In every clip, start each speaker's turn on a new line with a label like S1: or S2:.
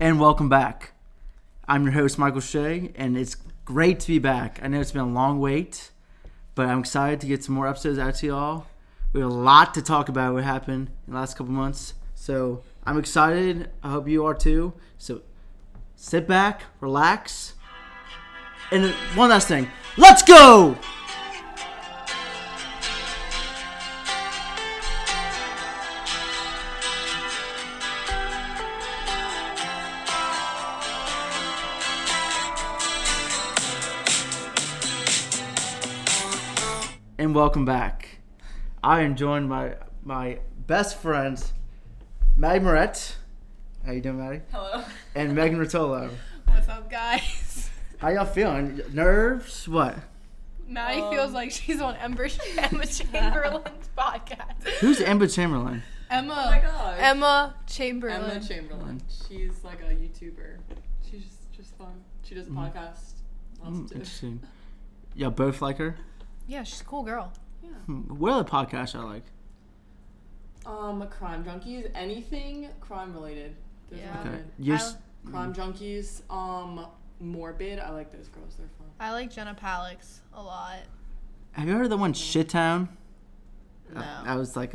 S1: And welcome back. I'm your host, Michael Shea, and it's great to be back. I know it's been a long wait, but I'm excited to get some more episodes out to y'all. We have a lot to talk about what happened in the last couple months. So I'm excited. I hope you are too. So sit back, relax. And then one last thing let's go! and welcome back. I am joined by my best friends, Maddie Moret. How you doing, Maddie?
S2: Hello.
S1: And Megan Rotolo.
S3: What's up, guys?
S1: How y'all feeling? Nerves? What?
S3: Maddie
S2: Um,
S3: feels like she's on Ember Emma Chamberlain's podcast.
S1: Who's Amber Chamberlain?
S3: Emma?
S2: Oh my god.
S3: Emma Chamberlain.
S2: Emma Chamberlain.
S1: Mm.
S2: She's like a YouTuber. She's just, just fun. She does a
S1: Mm.
S2: podcast.
S1: Hmm,
S2: Lots to-
S1: interesting. Y'all both like her.
S3: yeah, she's a cool girl.
S2: Yeah.
S1: Hmm, What other podcasts I like?
S2: Um, crime junkies. Anything crime related. Those
S3: Yeah.
S2: are
S1: Okay, Mm.
S2: good.
S1: you s-
S2: Crime junkies. Um, morbid. I like those girls. They're fun.
S3: I like Jenna Palix a lot.
S1: have you heard of the one Shit Town?
S3: No.
S1: I, I was like,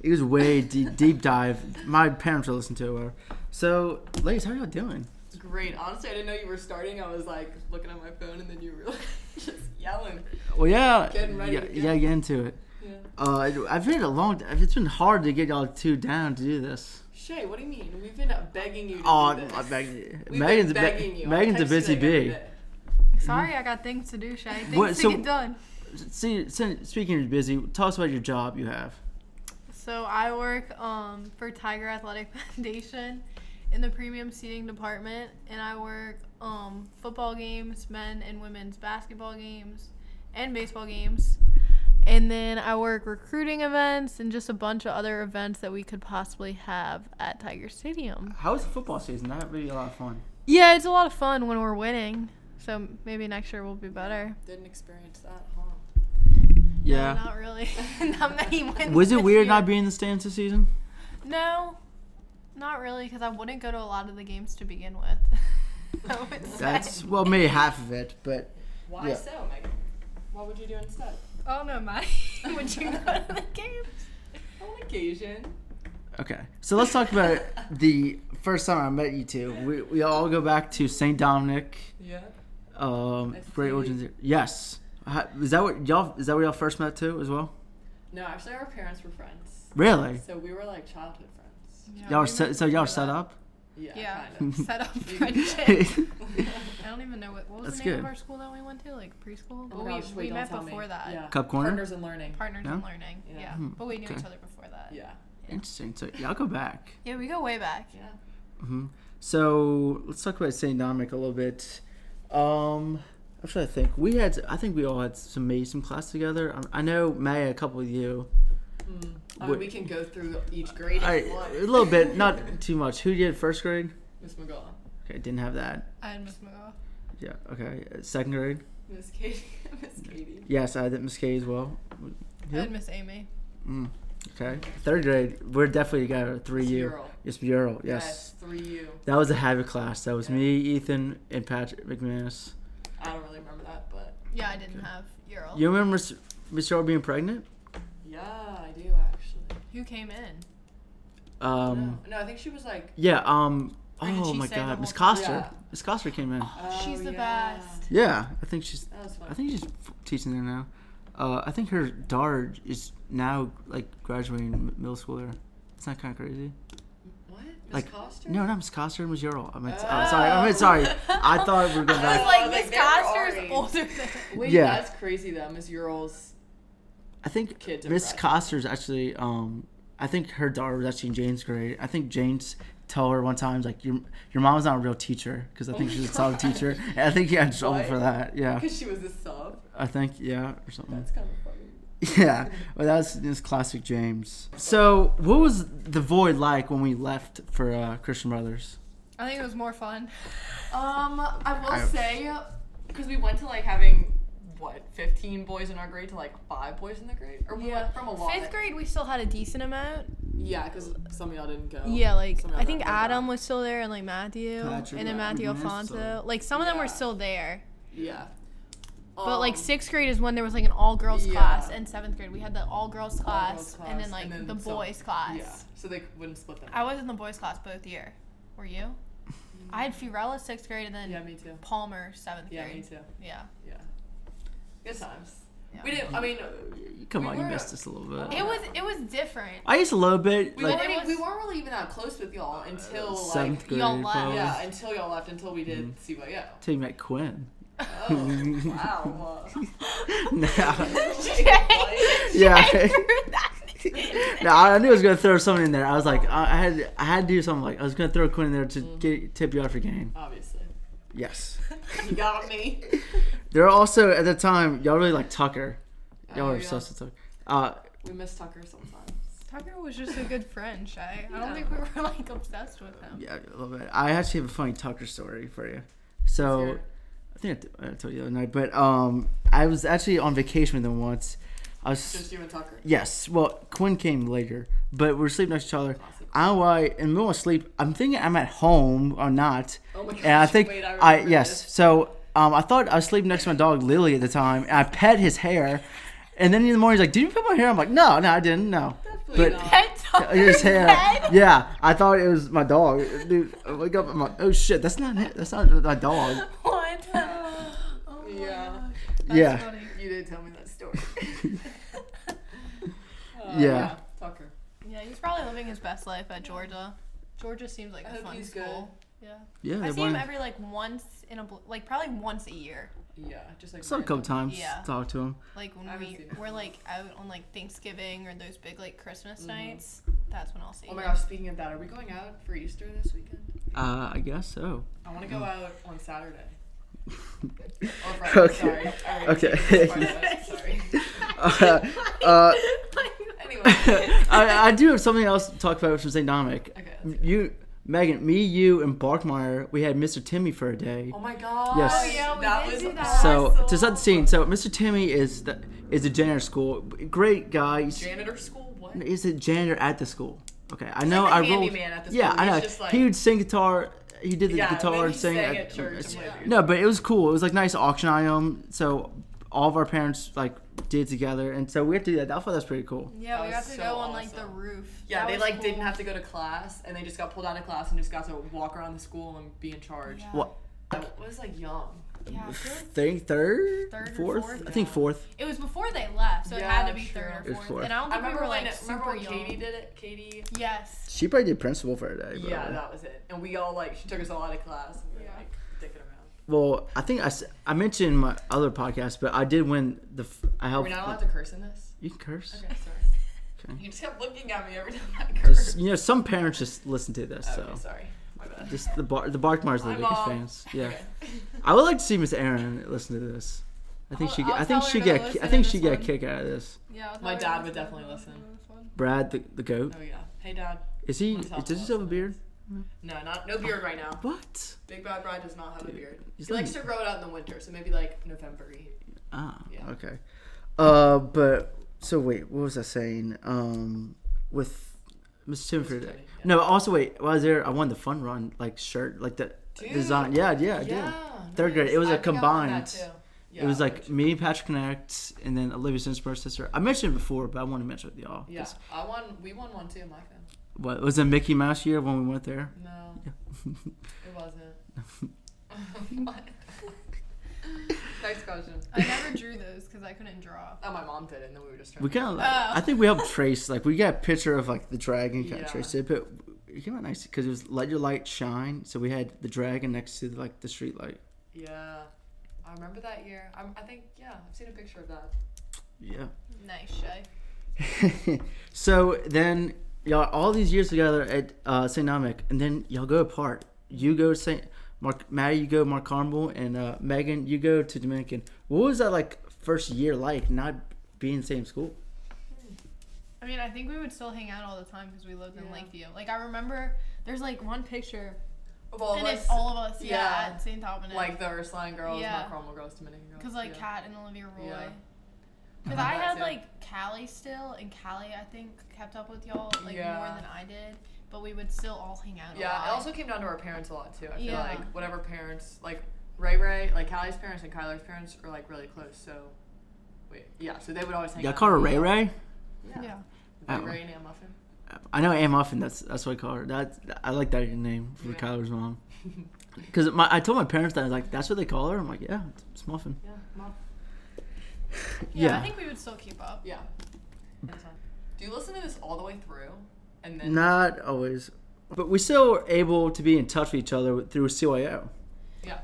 S1: it was way deep, deep dive. My parents were listening to it. whatever. So, ladies, how y'all doing?
S2: It's great. Honestly, I didn't know you were starting. I was like looking at my phone, and then you were like, just yelling.
S1: Well, yeah,
S2: Getting ready
S1: yeah,
S2: to get-
S1: yeah, get into it.
S2: Yeah.
S1: Uh, I- I've been a long. It's been hard to get y'all two down to do this.
S2: Shay, what do you mean? We've been begging you to
S1: Oh,
S2: do this.
S1: I beg-
S2: We've
S1: Megan's a
S2: been
S1: bit-
S2: begging you. I
S1: Megan's a
S2: text you
S1: busy
S2: like every
S1: bee.
S2: day.
S3: Sorry, I got things to do, Shay. Things
S1: What-
S3: to
S1: so-
S3: get done.
S1: See, sin- speaking of busy, tell us about your job you have.
S3: So I work um, for Tiger Athletic Foundation in the premium seating department, and I work um, football games, men and women's basketball games, and baseball games. And then I work recruiting events and just a bunch of other events that we could possibly have at Tiger Stadium.
S1: How was the football season? That would be a lot of fun.
S3: Yeah, it's a lot of fun when we're winning. So maybe next year will be better.
S2: Didn't experience that, huh?
S1: Yeah.
S3: No, not really. not many wins.
S1: was it
S3: this
S1: weird
S3: year.
S1: not being in the stands this season?
S3: No, not really, because I wouldn't go to a lot of the games to begin with. I would say.
S1: That's well, maybe half of it, but
S2: Why
S1: Yeah.
S2: so, Megan? What would you do instead?
S3: Oh no, Maddie, would you go to the games?
S2: On occasion.
S1: okay. So let's talk about the first time I met you two. We we all go back to Saint Dominic,
S2: Yeah.
S1: um,
S2: That's
S1: Great
S2: sweet.
S1: Origins. Yes. How, is that what y'all? Is that where y'all first met too, as well?
S2: No, actually, our parents were friends,
S1: Really?
S2: so we were like childhood friends.
S1: Y'all are set, so y'all are set up.
S2: Yeah.
S3: Yeah.
S2: Kind Oh
S3: Set up friendship.
S1: Cup
S3: I don't even know what, what was
S1: That's
S3: the name
S1: good.
S3: of our school that we went to, like preschool.
S2: of.
S3: But we we met before that.
S2: Yeah.
S1: corner.
S2: Partners in learning.
S3: Partners
S1: Yeah?
S3: in learning.
S2: Yeah.
S3: Yeah.
S1: Hmm,
S3: But we knew each
S1: okay.
S3: other before that.
S2: Yeah.
S1: Interesting. So y'all go back.
S3: Yeah, we go way back.
S2: Yeah.
S1: hmm So let's talk about Saint Dominic a little bit. Um, I'm trying to think. We had, I think we all had some made some class together. Um, I, I know May, a couple of you.
S2: Mm. I
S1: What-
S2: mean, we can go through each grade
S1: I,
S2: if you want.
S1: a little bit, not too much. Who did first grade?
S2: Miss McGaw.
S1: Okay, didn't have that.
S3: I and Miss McGaw.
S1: Yeah. Okay. Uh, Second grade.
S2: Miss Katie. Miss Katie.
S1: Yes, I did Miss K as well.
S3: I
S1: Yep.
S3: and Miss Amy.
S1: Mm. Okay. Third grade, we're definitely together. Three
S2: Miss
S1: U.
S2: Ural.
S1: Yes, Bureau. Oh, Yes.
S2: Three U.
S1: That was a habit class. That was
S2: Yeah.
S1: me, Ethan, and Patrick McManus.
S2: I don't really remember that, but
S3: Yeah, I didn't
S1: Okay.
S3: have Ural.
S1: You remember Miss Miss Cheryl being pregnant?
S2: yeah, I do actually.
S3: Who came in?
S1: Um,
S2: no, no, I think she was like
S1: yeah. Um.
S3: Or did
S1: Oh
S3: she
S1: my
S3: say the
S1: God,
S3: whole
S1: Miss
S3: thing?
S1: Coster.
S2: Yeah.
S1: Miss Coster came in.
S2: Oh,
S3: She's the
S2: yeah.
S3: best.
S1: Yeah, I think she's.
S2: That was fun.
S1: I think she's f- teaching there now. Uh, I think her daughter is now like graduating m- middle school there. It's not kind of crazy.
S2: what? Miss
S1: like,
S2: Coster?
S1: No, not Miss Coster. Miss Ural. I meant. I'm sorry. I meant sorry. I thought we were going
S3: I
S2: I
S3: was
S1: back.
S3: like,
S2: like,
S3: Miss
S2: they were
S3: Coster's
S2: orange.
S3: older than.
S2: Wait,
S1: Yeah.
S2: that's crazy though. Miss Ural's
S1: I think
S2: Kids are
S1: Miss
S2: fresh.
S1: Coster's actually. Um, I think her daughter was actually in Jane's grade. I think Jane's told her one time like your your mom's not a real teacher because I
S2: Oh
S1: think
S2: my
S1: she's a solid
S2: gosh.
S1: teacher. And I think he had trouble
S2: What?
S1: for that. Yeah, Mm.
S2: because she was a sub.
S1: I think yeah or something.
S2: That's kind of funny.
S1: Yeah, well that's just classic James. So what was the void like when we left for uh, Christian Brothers?
S3: I think it was more fun.
S2: Um, I will
S1: I-
S2: say because we went to like having what 15 boys in our grade to like five boys in the grade, or we
S3: Yeah.
S2: went from a lot.
S3: Fifth grade, we still had a decent amount,
S2: Yeah, because some of y'all didn't go.
S3: Yeah, like
S2: Some of y'all
S3: I think
S2: got voted
S3: Adam
S2: out.
S3: was still there and like Matthew
S1: Patrick,
S3: and then
S1: yeah.
S3: Matthew
S1: Mhm.
S3: Alfonso. Like some of them
S2: Yeah.
S3: were still there.
S2: Yeah.
S3: But like
S2: Um,
S3: sixth grade is when there was like an all girls
S2: Yeah.
S3: class and seventh grade we had the all girls
S2: all-girls
S3: class, and then
S2: class,
S3: like the
S2: some-
S3: boys class.
S2: Yeah. So they wouldn't split them.
S3: I was in the boys class both year. Were you? I had Fiorella sixth grade and then
S2: Mm-hmm. Yeah, me too.
S3: Palmer seventh
S2: Yeah, me
S3: grade.
S2: too.
S3: Yeah.
S2: Yeah. Good times.
S3: Yeah.
S2: We didn't. I mean,
S1: Come
S2: We
S1: on, you
S2: were-
S1: missed us a little
S3: It
S1: bit.
S3: was it was different.
S1: I used a little bit,
S2: we
S1: like Uh,
S2: already
S3: It
S2: we
S3: was-
S2: weren't really even that close with y'all until like
S1: seventh grade. Mm-hmm.
S3: y'all laugh.
S1: Probably.
S2: yeah until y'all left until we did CYO.
S1: Till you met Quinn.
S2: Oh wow.
S1: yeah,
S2: Like, what?
S1: yeah. no, I knew I was gonna throw something in there. I was like, I I had, I had to do something. Like, I was gonna throw Quinn in there to
S2: Mm-hmm.
S1: get, tip you off your game.
S2: Obviously,
S1: Yes.
S2: you got me.
S1: There were also at the time, y'all really like Tucker. Y'all
S2: Oh,
S1: were
S2: yeah.
S1: obsessed with Tucker. Uh,
S2: We miss Tucker sometimes.
S3: Tucker was just a good friend, Shay. I
S2: Yeah.
S3: don't think we were like obsessed with him.
S1: yeah, a little bit. I actually have a funny Tucker story for you. So.
S2: Sure.
S1: I think I t- I told you the other night, but um, I was actually on vacation with them once. I was
S2: Just you and Tucker.
S1: yes. Well, Quinn came later, but we were sleeping next to each other.
S2: Classic.
S1: I don't know why in the middle of sleep. I'm thinking I'm at home or not,
S2: Oh my gosh.
S1: and I think
S2: wait, I,
S1: I,
S2: remember
S1: yes.
S2: this.
S1: So um, I thought I was sleeping next to my dog Lily at the time, and I pet his hair, and then in the morning he's like, "Did you pet my hair?" I'm like, "No, no, I didn't. No."
S2: Definitely
S1: but-
S2: not.
S1: His hair. Oh, uh, Yeah, I thought it was my dog. Dude, I wake up. I'm like, "Oh shit, that's not it. That's not my dog."
S3: What? Oh my
S2: Yeah.
S3: gosh.
S1: Yeah.
S3: funny.
S2: You did tell me that story. Uh,
S1: Yeah.
S2: Tucker.
S3: Yeah, he's probably living his best life at Georgia. Georgia seems like
S2: I
S3: a
S2: hope
S3: fun
S2: he's good.
S3: school. Yeah.
S1: Yeah,
S3: I
S1: they
S3: see him
S1: wanted-
S3: every like once in a bl- like probably once a year.
S2: Yeah, just like.
S1: So a couple
S2: random.
S1: times,
S3: Yeah.
S1: talk to him.
S3: Like when
S2: I haven't
S3: we
S2: seen him.
S3: we're like out on like Thanksgiving or those big like Christmas nights. That's when I'll see.
S2: Oh my
S3: him.
S2: gosh! Speaking of that, are we going out for Easter this weekend?
S1: Uh, I guess so.
S2: I want to go
S1: Mm.
S2: out on Saturday. or Friday.
S1: Okay.
S2: Sorry. I already
S1: Okay.
S2: said it was Friday, Sorry.
S1: Uh, uh,
S2: Anyway.
S1: I, I do have something else to talk about from St. Dominic.
S2: Okay.
S1: M- You, Megan, me, you, and Barkmeyer, we had Mr. Timmy for a day.
S2: Oh my gosh.
S1: Yes. Oh,
S3: yeah, we
S2: that
S3: did
S2: was
S3: do that.
S1: so
S2: awesome.
S1: to set the scene, so Mr. Timmy is the is a janitor school. Great guy. He's-
S2: Janitor school? What?
S1: Is a janitor at the school. Okay, I know
S2: like a
S1: I rolled.
S2: handyman at the
S1: yeah,
S2: school.
S1: I know.
S2: He's just like-
S1: he would sing guitar. He did the
S2: Yeah,
S1: guitar
S2: then
S1: and
S2: he
S1: sang
S2: sang at church and whatever.
S1: No, but it was cool. It was like nice auction item. So all of our parents like did together, and so we had to do that. I thought that's pretty cool.
S3: Yeah,
S2: That
S3: we
S2: was
S3: got to
S2: so
S3: go on like the
S2: awesome.
S3: roof.
S2: Yeah,
S3: That
S2: they
S3: was
S2: like
S3: cool.
S2: didn't have to go to class, and they just got pulled out of class and just got to walk around the school and be in charge.
S3: Yeah.
S1: What?
S2: I was like young.
S3: Yeah, I feel like
S1: Think third,
S3: Third or
S1: fourth?
S3: fourth,
S1: I think
S2: yeah.
S1: fourth.
S3: it was before they left, so it
S2: Yeah,
S3: had to be
S2: true.
S3: third
S1: It
S3: or
S1: was
S3: fourth.
S1: fourth.
S3: And I don't
S2: I
S3: think
S2: remember
S3: we were
S2: when
S3: like
S2: remember
S3: super
S2: when
S3: young.
S2: Katie did it. Katie.
S3: Yes.
S1: She probably did principal for a day. probably.
S2: Yeah, that was it. And we all like she took us all out of class and we were
S3: Yeah.
S2: like dicking around.
S1: Well, I think I, s- I mentioned in my other podcast, but I did win the. f- I
S2: Are
S1: helped.
S2: we not allowed to curse in this?
S1: you can curse.
S2: Okay, sorry.
S1: Okay.
S2: You just kept looking at me every time I
S1: Just,
S2: cursed.
S1: you know, some parents just listen to this, so.
S2: Okay, sorry. My bad.
S1: Just the bar, the Barkmars are
S2: Hi,
S1: the biggest
S2: Mom.
S1: fans. Yeah,
S2: Okay.
S1: I would like to see Miss Erin listen to this. I think she,
S3: I'll- I'll
S1: I think
S3: tell
S1: she
S3: her to
S1: get, a ki- I
S3: listen
S1: think
S3: to
S1: she
S3: this
S1: get a
S3: one.
S1: kick out of this.
S3: Yeah. I was
S2: My
S3: already
S2: dad would
S3: listening.
S2: definitely listen.
S1: Brad, the, the goat,
S2: Oh yeah. Hey Dad.
S1: is he?
S2: I'm
S1: Does
S2: talking
S1: he still have a
S2: about
S1: beard?
S2: No, not no beard right now.
S1: What?
S2: Big Bad Brad does not have a beard.
S1: he's
S2: He likes
S1: not-
S2: to grow it out in the winter, so maybe like November.
S1: Ah,
S2: Yeah.
S1: okay. Uh, but so wait, what was I saying? Um, with Mr. Tim for
S2: Mr.
S1: today.
S2: Timmy, yeah.
S1: No, also wait, while I was there, I won the fun run like shirt, like the
S2: Dude.
S1: design. Yeah, yeah, I did. Third grade, it was
S2: a
S1: a combined. it was like me, Patrick Connect, and then Olivia Sinsberg's sister. I mentioned it before, but I want to mention it with y'all. 'cause-
S2: Yeah, I won. We won one too, in my family.
S1: What was it Mickey Mouse year when we went there?
S2: No, it wasn't. What? Next question.
S3: I never drew those because I couldn't draw.
S2: Oh, my mom did it, and then we were just trying.
S1: We kind of like,
S3: Oh.
S1: I think we helped trace like we got a picture of like the dragon kind
S2: Yeah.
S1: of traced it, but it came out nice because it was let your light shine. So we had the dragon next to like the street light.
S2: yeah, I remember that year. I'm, I think yeah, I've seen a picture of that.
S1: Yeah.
S3: Nice, Shay.
S1: so then y'all all these years together at uh, Saint Nomic, and then y'all go apart. You go to Saint Mark, Maddie, you go Mark Carmel, and uh, Megan, you go to Dominican. What was that like first year like not being in the same school?
S3: I mean, I think we would still hang out all the time because we lived in
S2: Yeah.
S3: Lakeview. Like I remember, there's like one picture,
S2: Of all
S3: and
S2: of us,
S3: it's all of us. Yeah,
S2: yeah.
S3: at St. Dominic.
S2: like the Ursuline girls,
S3: Yeah.
S2: Mark Cromwell girls, Dominican girls.
S3: because like
S2: yeah.
S3: Kat and Olivia Roy.
S2: Yeah.
S3: Because I
S2: That
S3: had
S2: too.
S3: like Callie still, and Callie I think kept up with y'all like more
S2: Yeah.
S3: than I did, but we would still all hang out.
S2: Yeah,
S3: a
S2: it
S3: lot.
S2: also came down to our parents a lot too. I feel
S3: Yeah.
S2: like whatever parents like Ray Ray, like Callie's parents and Kyler's parents are like really close. So wait, yeah, so they would always hang
S1: Y'all
S2: out.
S1: call her Ray Ray?
S2: Yeah,
S3: yeah.
S2: Ray,
S1: Oh.
S2: Ray and Aunt Muffin.
S1: I know Aunt Muffin. That's that's what I call her. That I like that name for
S2: Yeah.
S1: Kyler's mom. Because my I told my parents that I was like, that's what they call her. I'm like, yeah, it's- it's Muffin.
S2: Yeah, mom.
S3: yeah.
S1: Yeah.
S3: I think we would still keep up.
S2: Yeah. Do you listen to this all the way through? And then
S1: Not always, but we still were able to be in touch with each other through CYO.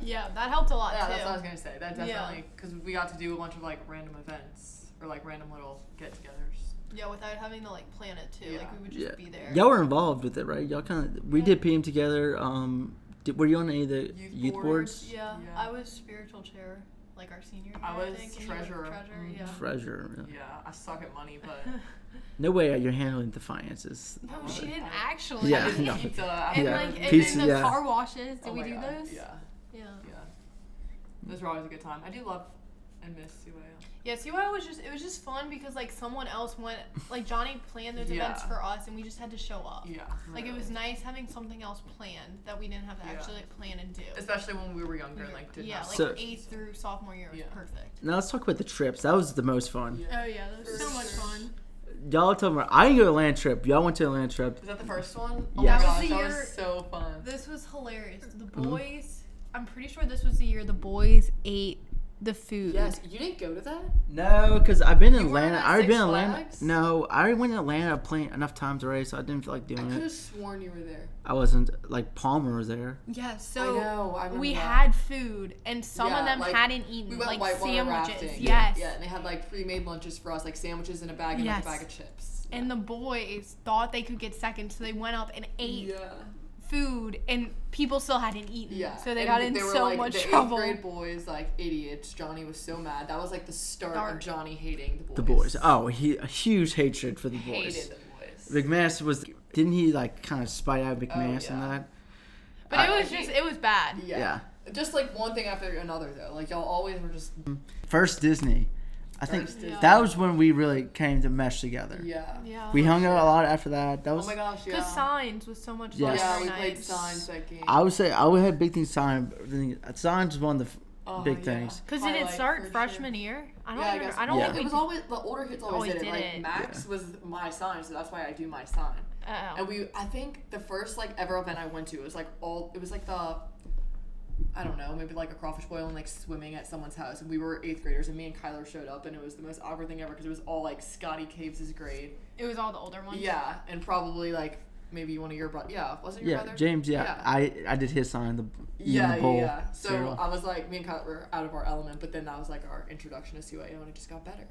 S3: Yeah, that helped a lot
S2: yeah,
S3: too.
S2: that's what I was gonna say. That
S3: Yeah.
S2: definitely because we got to do a bunch of like random events or like random little get-togethers.
S3: yeah, without having to like plan it too, like
S2: Yeah.
S3: we would just
S1: Yeah.
S3: be there.
S1: Y'all were involved with it, right? Y'all kind of we
S3: Yeah.
S1: did PM together. Um, did, were you on any of the youth,
S2: Youth
S1: boards?
S2: boards.
S3: Yeah,
S2: Yeah.
S3: I was spiritual chair, like our senior year.
S2: I was
S3: think, and you were
S2: treasurer.
S3: Treasurer,
S2: Mhm.
S3: yeah.
S1: Treasure. yeah.
S2: Yeah, I suck at money, but
S1: No way are you handling the finances.
S3: No, she
S2: I was-
S3: didn't
S2: I-
S3: actually.
S1: Yeah,
S2: I did
S1: no.
S2: pizza. I
S3: And
S1: Yeah.
S3: like, and
S1: Pizza,
S3: then the
S1: yeah.
S3: car washes. Did
S2: Oh
S3: we
S2: my
S3: do
S2: God,
S3: those?
S2: Yeah.
S3: Yeah.
S2: Yeah. Those were always a good time. I do love and miss CYO.
S3: Yeah, see why it was just it was just fun because like someone else went like Johnny planned those
S2: Yeah.
S3: events for us and we just had to show up.
S2: Yeah.
S3: Like it
S2: really.
S3: was nice having something else planned that we didn't have to
S2: Yeah.
S3: actually like, plan and do.
S2: Especially when we were younger and like didn't
S3: yeah,
S2: have
S3: like
S1: So-
S3: eighth through sophomore year was
S2: Yeah.
S3: perfect.
S1: Now let's talk about the trips. That was the most fun.
S2: Oh, Yeah.
S3: yeah, that
S2: was so much fun.
S1: Y'all told me I didn't go to a land trip. Y'all went to a land trip.
S2: Is that the first one?
S1: Yeah.
S3: That
S2: Oh
S3: was
S2: my gosh,
S3: the
S2: that
S3: year-
S2: was so fun.
S3: This was hilarious. The boys, I'm pretty sure this was the year the boys ate the food.
S2: you didn't go to that?
S1: Mm. No, because I've been in
S2: You weren't
S1: Atlanta.
S2: at
S1: I already
S2: Six
S1: been in Atlanta.
S2: Flags?
S1: No, I already went to Atlanta plenty enough times already, so I didn't feel like
S2: I
S1: doing
S2: could
S1: it.
S2: have sworn you were there.
S1: I wasn't like Palmer was there.
S3: Yeah,
S2: I know. I
S3: so
S2: remember
S3: we
S2: that.
S3: had food and some
S2: Yeah,
S3: of them
S2: like,
S3: hadn't eaten
S2: We went
S3: like
S2: whitewater
S3: sandwiches.
S2: rafting.
S3: Yes.
S2: Yeah, and they had like pre-made lunches for us, like sandwiches in a bag and
S3: Yes.
S2: like a bag of chips.
S3: And the boys thought they could get second, so they went up and ate
S2: Yeah.
S3: food, and people still hadn't eaten.
S2: Yeah.
S3: So they
S2: And
S3: got in
S2: were,
S3: so
S2: like,
S3: much
S2: the eighth
S3: trouble.
S2: grade boys, like idiots. Johnny was so mad. That was like the start,
S3: Start.
S2: of Johnny hating the boys.
S1: The boys. Oh, he a huge hatred for the boys.
S2: Hated the boys.
S1: McMaster was didn't he like kind of spite out McMaster
S2: Oh, yeah.
S1: and that?
S3: But
S1: I-
S3: it was just, it was bad.
S2: Yeah. Just like one thing after another though. Like y'all always were just
S1: Mm. First Disney. I think
S2: First Disney.
S1: that was when we really came to mesh together.
S2: yeah.
S3: Yeah.
S1: We hung out a lot after that. That
S2: Oh
S1: was
S2: my gosh, yeah.
S3: Because signs was so much
S1: Yes.
S3: fun.
S2: Yeah,
S3: for
S2: we
S3: nights.
S2: played signs that game.
S1: I would say I would have big things signed. uh, Signs was one of the
S2: Oh,
S1: big
S2: yeah.
S1: things.
S3: Because did it
S2: Highlight
S3: start
S2: for
S3: freshman year? I don't
S2: Yeah, I
S3: remember.
S2: guess.
S3: I, don't
S1: Yeah.
S3: think we
S2: It was
S3: did-
S2: always the older hits always,
S3: Always
S2: did it.
S3: did
S2: Like
S3: it.
S2: Max was my sign, so that's why I do my sign.
S3: oh.
S2: And we, I think the first like ever event I went to it was like all. It was like the, I don't know, maybe like a crawfish boil and like swimming at someone's house. And we were eighth graders, and me and Kyler showed up, and it was the most awkward thing ever because it was all like Scotty Caves' grade.
S3: It was all the older ones.
S2: Yeah, and probably like maybe one of your brother. Yeah, wasn't your
S1: Yeah,
S2: brother?
S1: James. Yeah,
S2: Yeah.
S1: I I did his sign. The yeah,
S2: Yeah,
S1: the
S2: yeah,
S1: bowl,
S2: yeah. So
S1: cereal.
S2: I was like, me and Kyler were out of our element, but then that was like our introduction to CYO, and it just got better.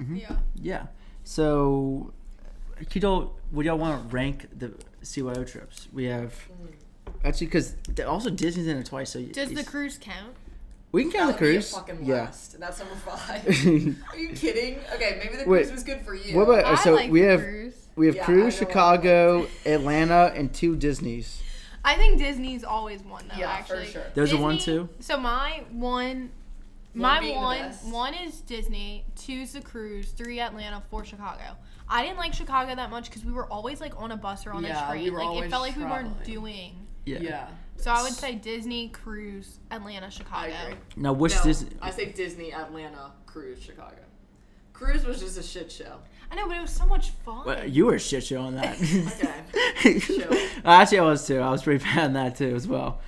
S1: Mm-hmm.
S3: Yeah.
S1: Yeah. So, you all would y'all want to rank the CYO trips? We have actually because also Disney's in it twice. So
S3: Does the
S1: it's-
S3: cruise count?
S1: we can count the
S2: That would be a
S1: cruise?
S2: Fucking
S1: Yeah.
S2: last. That's number five. Are you kidding? Okay, maybe the
S1: Wait,
S2: cruise was good for you.
S1: what about uh, so
S3: I like
S1: we
S3: the
S1: have
S3: cruise.
S1: we have
S2: Yeah, I
S1: cruise,
S2: know.
S1: Chicago, Atlanta, and two Disney's.
S3: I think Disney's always won though.
S2: Yeah, for
S3: actually,
S2: sure.
S1: There's a one,
S3: Disney-
S1: two?
S3: So my one,
S2: One
S3: my
S2: being the
S3: one,
S2: best.
S3: one is Disney. Two's the cruise. Three Atlanta. Four Chicago. I didn't like Chicago that much because we were always like on a bus or on
S2: Yeah,
S3: a
S2: we
S3: train.
S2: were
S3: like it
S2: always
S3: felt like we weren't
S2: traveling.
S3: doing.
S1: Yeah.
S2: Yeah.
S3: So I would say Disney, cruise, Atlanta,
S2: I
S3: Chicago.
S2: agree.
S1: Now which
S2: No,
S1: Disney?
S2: I say Disney, Atlanta, cruise, Chicago. Cruise was just a shit show.
S3: I know, but it was so much fun.
S1: Well, you were a shit show on that.
S2: Okay. Sure.
S1: Actually, I was too. I was pretty bad on that too as well.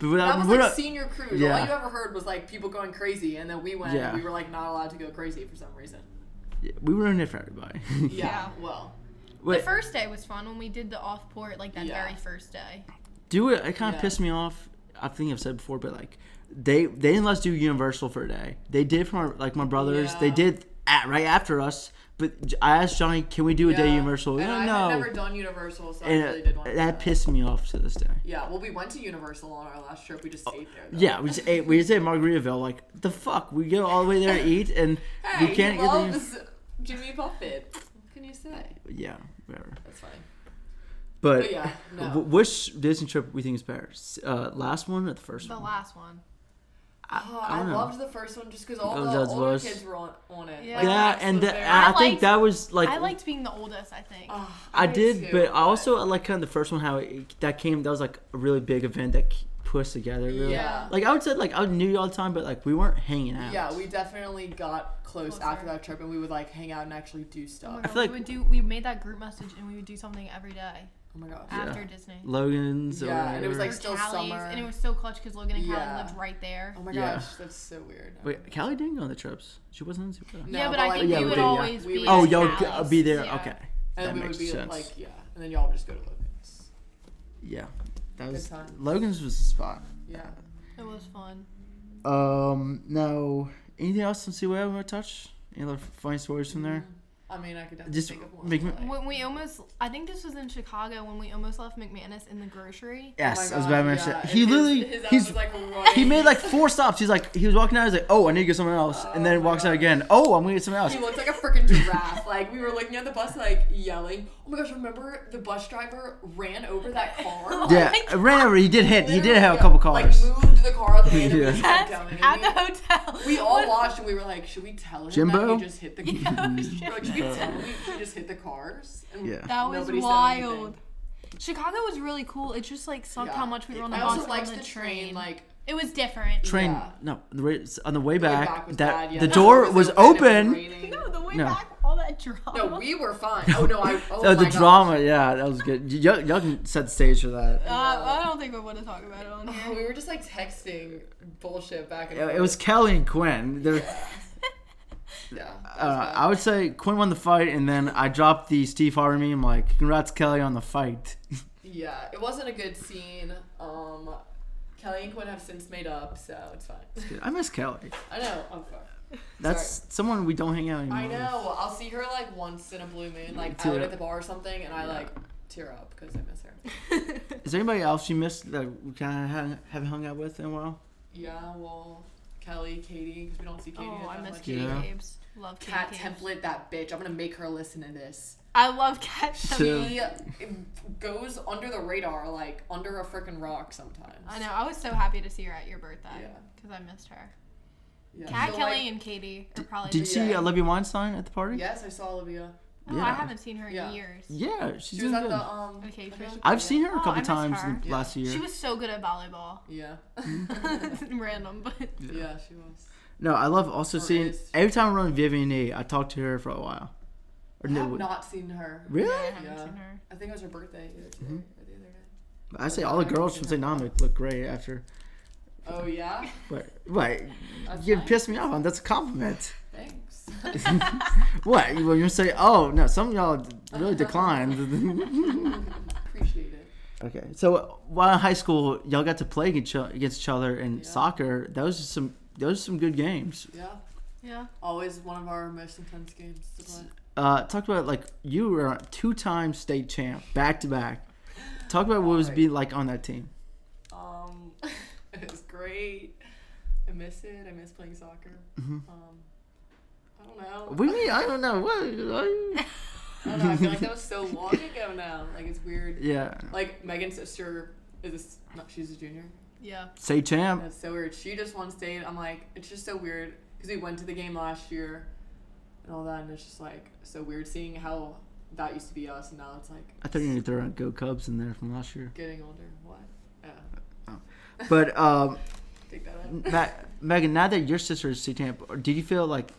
S1: But we're
S2: That
S1: not,
S2: was
S1: we're
S2: like
S1: not-
S2: senior cruise.
S1: yeah.
S2: All you ever heard was like people going crazy, and then we went.
S1: Yeah.
S2: and We were like not allowed to go crazy for some reason.
S1: we ruined it for everybody.
S2: Yeah.
S3: Yeah.
S2: Well.
S1: Wait,
S3: The first day was fun when we did the off port, like that
S2: Yeah.
S3: very first day.
S1: do it. It kind of
S2: Yeah.
S1: pissed me off. I think I've said before, but like they they didn't let us do Universal for a day. They did for my, like my brothers. They
S2: Yeah.
S1: did at, right after us. But J- I asked Johnny, can we do a day
S2: yeah.
S1: Universal?
S2: And
S1: No,
S2: I
S1: no.
S2: had never done Universal, so
S1: and
S2: I really did
S1: uh,
S2: want to.
S1: that pissed me off to this day.
S2: Yeah. Well, we went to Universal on our last trip. We just ate there. Though.
S1: Yeah, we just ate, we just ate Margaritaville. Like the fuck, we go all the way there to eat, and
S2: Hey,
S1: we can't
S2: he
S1: get the.
S2: loves Jimmy Buffett. What can you say?
S1: Yeah, whatever.
S2: That's fine.
S1: But,
S2: But yeah, no.
S1: wh- which Disney trip we think is better? S- Uh, last one or the first
S3: The
S1: one?
S3: last one.
S2: Oh, I,
S1: don't know. Oh,
S2: loved the first one just because all
S1: That
S2: the
S1: was-
S2: older
S1: was-
S2: kids were on, on it.
S3: Yeah.
S2: Like,
S1: yeah,
S2: Max
S1: and
S2: was
S1: that,
S2: there.
S1: I,
S3: I
S1: think
S3: liked-
S1: that was like
S3: I liked being the oldest. I think.
S2: Ah,
S1: I
S2: me
S1: did,
S2: too,
S1: but I also I like kind of the first one how it, that came. That was like a really big event that k- put us together. Really.
S2: Yeah.
S1: Like I would say, like I knew you all the time, but like we weren't hanging out.
S2: Yeah, we definitely got close
S3: Closer.
S2: after that trip, and we would like hang out and actually do
S3: Oh
S2: stuff.
S3: my
S1: I
S3: God,
S1: feel like-
S3: we would do. We made that group message and we would do something every day
S2: Oh my gosh.
S1: Yeah.
S3: after Disney.
S1: Logan's. or
S2: Yeah, and it was,
S1: whatever.
S2: like,
S3: Or
S2: still
S3: Callie's,
S2: summer.
S3: and it was so clutch because Logan and Callie
S2: Yeah.
S3: lived right there.
S2: Oh my
S1: Yeah.
S2: gosh, that's so weird.
S1: Wait, Callie didn't go on the trips. She wasn't. on Super-
S2: No,
S3: yeah, but,
S2: but
S3: I
S2: like-
S3: think
S1: Yeah,
S3: we,
S1: we
S3: would
S1: did, yeah.
S3: always
S2: We
S3: be.
S2: would
S3: at
S1: Oh,
S2: always-
S1: y'all
S3: Callie's.
S1: g- be there.
S3: Yeah.
S1: Okay.
S2: and
S1: that
S2: we
S1: makes
S2: would be
S1: sense.
S2: like, yeah, and then y'all would just go to Logan's.
S1: Yeah. That was
S2: times.
S1: Logan's was the spot.
S2: Yeah.
S3: It was fun.
S1: Um. Now, anything else from Seaway I want to touch? Any other funny stories from there?
S2: I mean, I could definitely
S1: Just
S2: think of one.
S1: make me-
S2: but, like-
S3: When we almost, I think this was in Chicago when we almost left McManus in the grocery.
S1: Yes,
S2: Oh my
S1: I was
S2: gosh,
S1: about to mention.
S2: yeah,
S1: that.
S2: and
S1: He
S2: his-
S1: literally,
S2: his ass
S1: he's
S2: was, like, running.
S1: He made like four stops. He's like, he was walking out. He's like, oh, I need to get something else, and then
S2: Oh my
S1: walks out
S2: God.
S1: again. Oh, I'm gonna get something else.
S2: He looked like a freaking giraffe. Like we were looking at the bus, like yelling. Oh my gosh! Remember the bus driver ran over that car.
S1: yeah,
S3: my
S1: I ran over. He did hit. He did
S2: Literally,
S1: have a
S2: yeah,
S1: couple cars.
S2: Like moved the car at the end.
S1: Yeah.
S2: Yeah.
S3: Yes, at the
S2: we,
S3: hotel.
S2: we all watched and we were like, should we tell him
S1: Jimbo?
S2: that he just hit the?
S3: Yeah,
S2: We're like, should we tell him he just hit the cars? And
S1: Yeah.
S3: That was
S2: nobody said anything.
S3: wild. Chicago was really cool. It just like sucked
S2: Yeah.
S3: how much we were on the
S2: I
S3: bus
S2: also
S3: and
S2: liked
S3: on
S2: the,
S3: the
S2: train. Like
S3: it was different.
S1: Train.
S2: yeah.
S1: No, the way, on the way back,
S2: back was
S1: that
S2: bad, yeah.
S1: the
S2: That
S1: door was
S2: and it
S1: open.
S2: raining.
S3: No, the way
S1: No.
S3: back, all that drama.
S2: No, we were fine. Oh no, I. Oh,
S1: Oh,
S2: my
S1: the
S2: gosh.
S1: drama. Yeah, that was good. Y- Y'all, y'all can set the stage for that.
S3: uh, I don't think we want to talk about it on
S2: Oh,
S3: here.
S2: we were just like texting bullshit back and
S1: It
S2: forth.
S1: it was Kelly and Quinn. They're,
S3: Oh.
S2: Yeah. that was
S1: uh,
S2: bad.
S1: I would say Quinn won the fight, and then I dropped the Steve Harvey meme like, "Congrats, Kelly, on the fight."
S2: Yeah, it wasn't a good scene. Um, Kelly and Quinn have since made up, so it's fine.
S1: I miss Kelly.
S2: I know. I'm sorry.
S1: That's
S2: Sorry.
S1: someone we don't hang out anymore.
S2: I know. I'll see her like once in a blue moon, like
S1: Tear
S2: out
S1: up.
S2: at the bar or something, and I like tear up because I miss her.
S1: Is there anybody else you missed that we kind of haven't, haven't hung out with in a while?
S2: Yeah, well, Kelly, Katie, because we don't see Katie.
S3: oh,
S2: that
S3: I
S2: much.
S3: miss Katie
S1: Yeah.
S3: Cabes. Love Katie
S2: Cat
S3: Cabes.
S2: template that bitch. I'm gonna make her listen to this.
S3: I love Cat template.
S1: Too.
S2: She goes under the radar, like under a freaking rock sometimes.
S3: I know. I was so happy to see her at your birthday
S2: Yeah.
S3: because I missed her.
S2: Yeah.
S3: Cat
S2: So, like-
S3: Kelly and Katie are probably.
S1: Did you see
S2: Oh, Yeah.
S1: Olivia Weinstein at the party?
S2: yes, I saw Olivia.
S3: oh,
S1: yeah.
S3: I haven't seen her in
S2: Yeah.
S3: years.
S1: Yeah, she's
S2: She was
S1: doing
S2: at
S1: good.
S2: the um.
S3: Okay,
S2: I
S3: so
S2: think
S3: she-
S1: I've seen her
S3: Oh,
S1: a
S3: I
S1: couple
S3: miss
S1: times in
S3: her.
S1: the
S2: Yeah.
S1: last year.
S3: She was so good at volleyball.
S2: Yeah.
S3: Random, but
S2: yeah, she was.
S1: no, I love also
S2: Or
S1: seeing
S2: is.
S1: every time we're on Vivian E, I talk to her for a while. Or
S2: I
S1: no,
S2: have
S1: we-
S2: not seen her.
S1: really?
S3: I haven't
S2: Yeah.
S3: seen her.
S2: I think it was her birthday either today
S1: Mm-hmm.
S2: or the other day.
S1: I say all the
S2: I haven't
S1: girls
S2: seen
S1: from
S2: her.
S1: St. Nomic look great after. Mm-hmm.
S2: Oh yeah.
S1: What? What?
S2: That's
S1: You
S2: nice.
S1: pissed me off. on That's a compliment.
S2: Thanks.
S1: what? You you say? Oh no, some of y'all really declined.
S2: Appreciate it.
S1: Okay, so while in high school, y'all got to play each o- against each other in
S2: Yeah.
S1: soccer. Those are some those are some good games.
S2: Yeah.
S3: Yeah.
S2: Always one of our most intense games to play.
S1: Uh, talk about like you were a two time state champ back to back. Talk about what it was
S2: Alright.
S1: being like on that team.
S2: Um, it was great. I miss it. I miss playing soccer.
S1: Mm-hmm.
S2: Um, I don't know.
S1: What do you mean? I don't know. What? what?
S2: I don't know. I feel like that was so long ago now. Like it's weird.
S1: Yeah,
S2: Like Megan's sister is a, s- not she's a junior.
S3: Yeah.
S1: state champ.
S2: That's so weird. She just won state. I'm like, it's just so weird because we went to the game last year and all that, and it's just like so weird seeing how that used to be us, and now it's like
S1: I thought you were gonna throw out Go Cubs in there from last year.
S2: getting older. What? Yeah,
S1: But um,
S2: take that out.
S1: Ma- Megan, now that your sister is state champ, did you feel like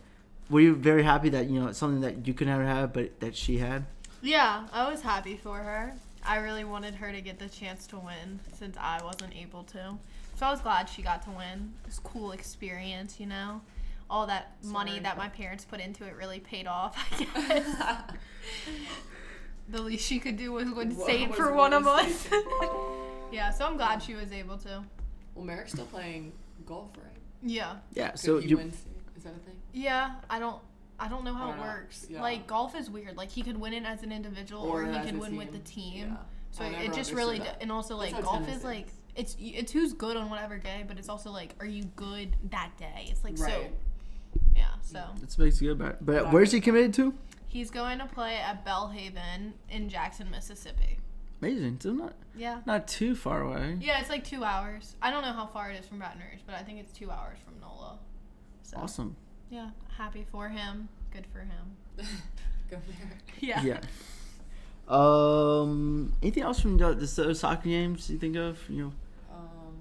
S1: were you very happy that you know it's something that you could never have, but that she had?
S3: Yeah, I was happy for her. I really wanted her to get the chance to win since I wasn't able to. So I was glad she got to win. It was a cool experience, you know. All that money
S2: Sorry.
S3: that my parents put into it really paid off, I guess. the least she could do was win
S2: What
S3: state
S2: was
S3: for one of
S2: one
S3: us. yeah, so I'm glad she was able to.
S2: Well, Merrick's still playing golf, right?
S3: Yeah.
S1: Yeah.
S2: Could
S1: So
S2: he
S1: you
S2: win state? Is that a thing?
S3: Yeah, I don't. I don't know how
S2: Or
S3: it
S2: not,
S3: works.
S2: yeah.
S3: Like golf is weird. Like he could win it as an individual, or, he
S2: as
S3: could
S2: a
S3: win with the team.
S2: Yeah.
S3: So
S2: I
S3: it
S2: never
S3: just
S2: understood
S3: really, d-
S2: that.
S3: and also like
S2: how
S3: golf
S2: tennis
S3: is like
S2: is.
S3: it's it's who's good on whatever day, but it's also like are you good that day? It's like so
S2: Right.
S3: yeah. So
S1: That's makes you good about it. But
S2: But I-
S1: where's he committed to?
S3: he's going to play at Bellhaven in Jackson, Mississippi.
S1: Amazing. So not
S3: Yeah.
S1: not too far away.
S3: Yeah, it's like two hours. I don't know how far it is from Baton Rouge, but I think it's two hours from NOLA. So
S1: Awesome.
S3: yeah, happy for him. Good for him.
S2: Go there.
S3: Yeah.
S1: Yeah. Um. Anything else from the, the so- soccer games you think of? You know,
S2: Um,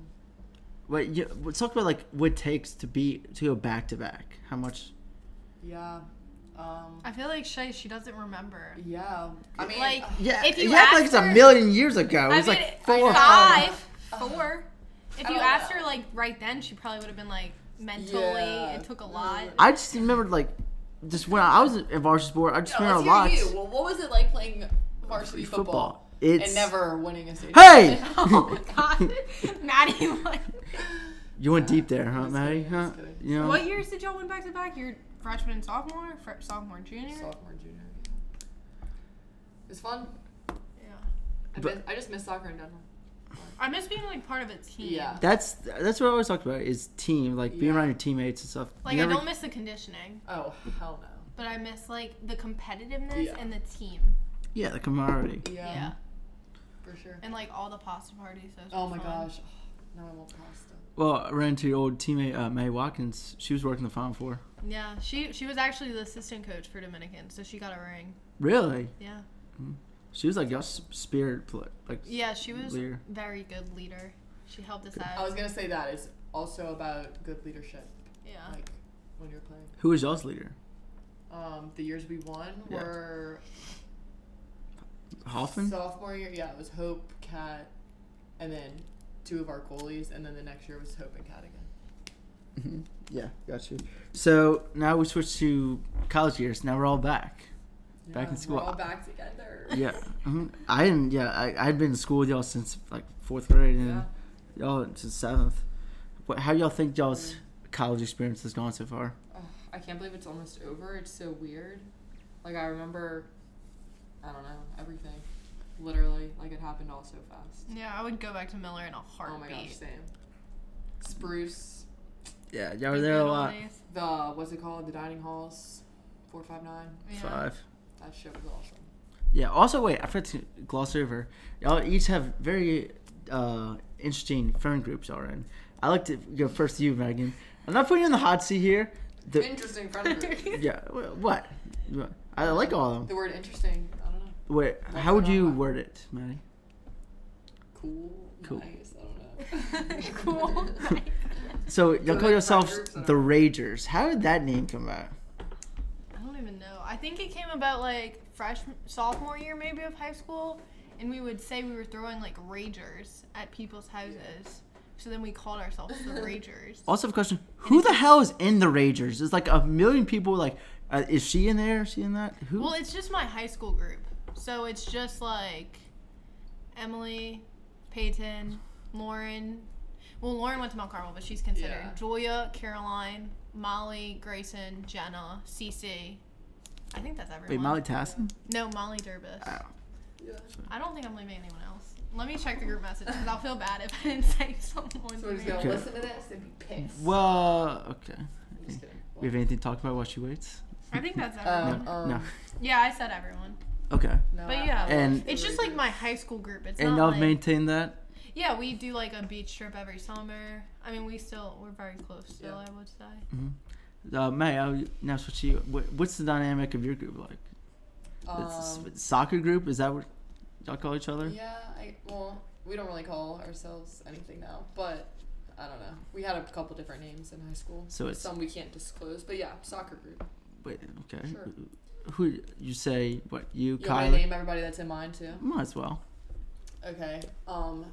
S1: what? You, let's talk about like what it takes to be to go back to back. How much?
S2: yeah. Um,
S3: I feel like Shay, she doesn't remember.
S2: yeah. I mean,
S3: Like,
S1: Yeah.
S3: If you
S1: you act
S3: ask
S1: like it's a
S3: her-
S1: million years ago.
S3: I
S1: It's
S3: mean,
S1: like four. or
S3: five,
S2: five.
S3: four. If
S2: I
S3: you
S2: don't
S3: asked
S2: know.
S3: her like right then, she probably would have been like mentally,
S2: Yeah.
S3: it took a lot.
S1: I just remembered like just when I was in varsity sport, I just
S2: no,
S1: remember
S2: let's
S1: a
S2: hear
S1: lot.
S2: you. Well, what was it like playing varsity football,
S1: It's
S2: and never winning a state?
S1: Hey!
S3: oh my god, Maddie! Like,
S1: you went deep there, huh,
S2: Just
S1: Maddie?
S2: kidding,
S1: Huh?
S2: just kidding.
S1: You know,
S3: what years did y'all win back to back? Your freshman and sophomore, Fre- sophomore junior.
S2: Sophomore, junior. Yeah. It was fun.
S3: yeah.
S2: I,
S1: But-
S2: miss, I just miss soccer in general.
S3: I miss being like part of a team.
S2: Yeah.
S1: that's that's what I always talked about is team, like being
S2: Yeah.
S1: around your teammates and stuff.
S3: Like
S1: You
S3: I
S1: never-
S3: don't miss the conditioning,
S2: Oh hell no.
S3: but I miss like the competitiveness
S2: Yeah.
S3: and the team.
S1: yeah, the camaraderie.
S2: Yeah.
S3: Yeah.
S2: For sure.
S3: And like all the pasta parties. Those
S2: Oh
S3: were
S2: my
S3: fun.
S2: gosh. No, I want pasta.
S1: Well, I ran into your old teammate uh, May Watkins. She was working the Final Four.
S3: Yeah, she she was actually the assistant coach for Dominican, so she got a ring.
S1: Really?
S3: Yeah.
S1: She was like your s- spirit, pl- like
S3: Yeah, she was
S1: leader.
S3: very good leader. She helped us
S2: I
S3: out.
S2: was gonna say that it's also about good leadership,
S3: yeah.
S2: like when you're playing.
S1: Who was y'all's leader?
S2: Um, the years we won
S1: Yeah.
S2: were
S1: Hoffman.
S2: sophomore year. Yeah, it was Hope, Cat, and then two of our goalies, and then the next year was Hope and Cat
S1: Mhm.
S2: again.
S1: Yeah, got you. So now we switched to college years. Now we're all back. Back in
S2: Yeah,
S1: school.
S2: We're all back together.
S1: Yeah, hmm I didn't. Yeah, I I'd been in school with y'all since like fourth grade, and
S2: Yeah.
S1: y'all since seventh. What? How y'all think y'all's college experience has gone so far?
S2: Ugh, I can't believe it's almost over. It's so weird. Like I remember, I don't know everything. Literally, like it happened all so fast.
S3: Yeah, I would go back to Miller in a
S2: Oh
S3: heartbeat.
S2: my gosh, same. Spruce.
S1: Yeah, y'all were there a
S3: Good
S1: lot.
S3: old days.
S2: the what's it called? The dining halls, four five nine.
S3: Yeah.
S1: Five.
S2: That shit was awesome.
S1: Yeah. Also, wait, I forgot to gloss over. Y'all each have very uh, interesting friend groups y'all are in. I like to go first to you, Megan. I'm not putting you in the hot seat here. The,
S2: interesting friend group.
S1: yeah. wh- What? I like all of them.
S2: The word interesting. I don't know.
S1: Wait,
S2: Like
S1: how would
S2: it all
S1: you
S2: up.
S1: word it, Maddie?
S2: Cool.
S1: Cool.
S2: Nice. I don't know.
S3: cool.
S1: So y'all
S2: like
S1: call
S2: friend
S1: yourselves
S2: groups and
S1: the Ragers. How did that name come about?
S3: I don't even know. I think it came about like freshman, sophomore year maybe of high school, and we would say we were throwing like ragers at people's houses. So then we called ourselves the ragers.
S1: Also, have a question: Who the hell is in the Ragers? There's like a million people. Like, uh, is she in there? Is she in that? Who?
S3: Well, it's just my high school group. So it's just like Emily, Peyton, Lauren. Well, Lauren went to Mount Carmel, but she's considered.
S2: Yeah.
S3: Julia, Caroline, Molly, Grayson, Jenna, Cece. I think that's everyone.
S1: Wait, Molly Tassin?
S3: No, Molly Durbus.
S1: Oh.
S2: yeah.
S3: I don't think I'm leaving anyone else. Let me check the group message because I'll feel bad if I didn't say someone's
S2: So we're just
S3: name.
S2: gonna
S1: Okay.
S2: listen to this and be pissed.
S1: Well, okay.
S2: I'm just kidding.
S1: We have anything to talk about while she waits?
S3: I think that's
S2: Oh,
S3: everyone.
S1: no,
S2: um,
S1: no.
S3: Yeah, I said everyone.
S1: Okay.
S2: no,
S3: But
S2: I-
S3: yeah.
S2: I
S1: And-
S2: watched the
S3: It's just like
S2: Ragers.
S3: my high school group. It's
S1: and y'all
S3: not
S1: have
S3: like,
S1: maintained that.
S3: Yeah, we do like a beach trip every summer. I mean, we still we're very close still.
S2: Yeah.
S3: I would say.
S1: Uh, May, I'll now switch to you. What, what's the dynamic of your group like? It's
S2: Um,
S1: it's soccer group? Is that what y'all call each other?
S2: yeah. I, well, we don't really call ourselves anything now, but I don't know. We had a couple different names in high school.
S1: So it's-
S2: some we can't disclose, but yeah, soccer group.
S1: Wait, okay.
S2: Sure.
S1: Who you say? What you,
S2: You want me to
S1: Kylie?
S2: name everybody that's in mine too?
S1: Might as well.
S2: Okay. Um.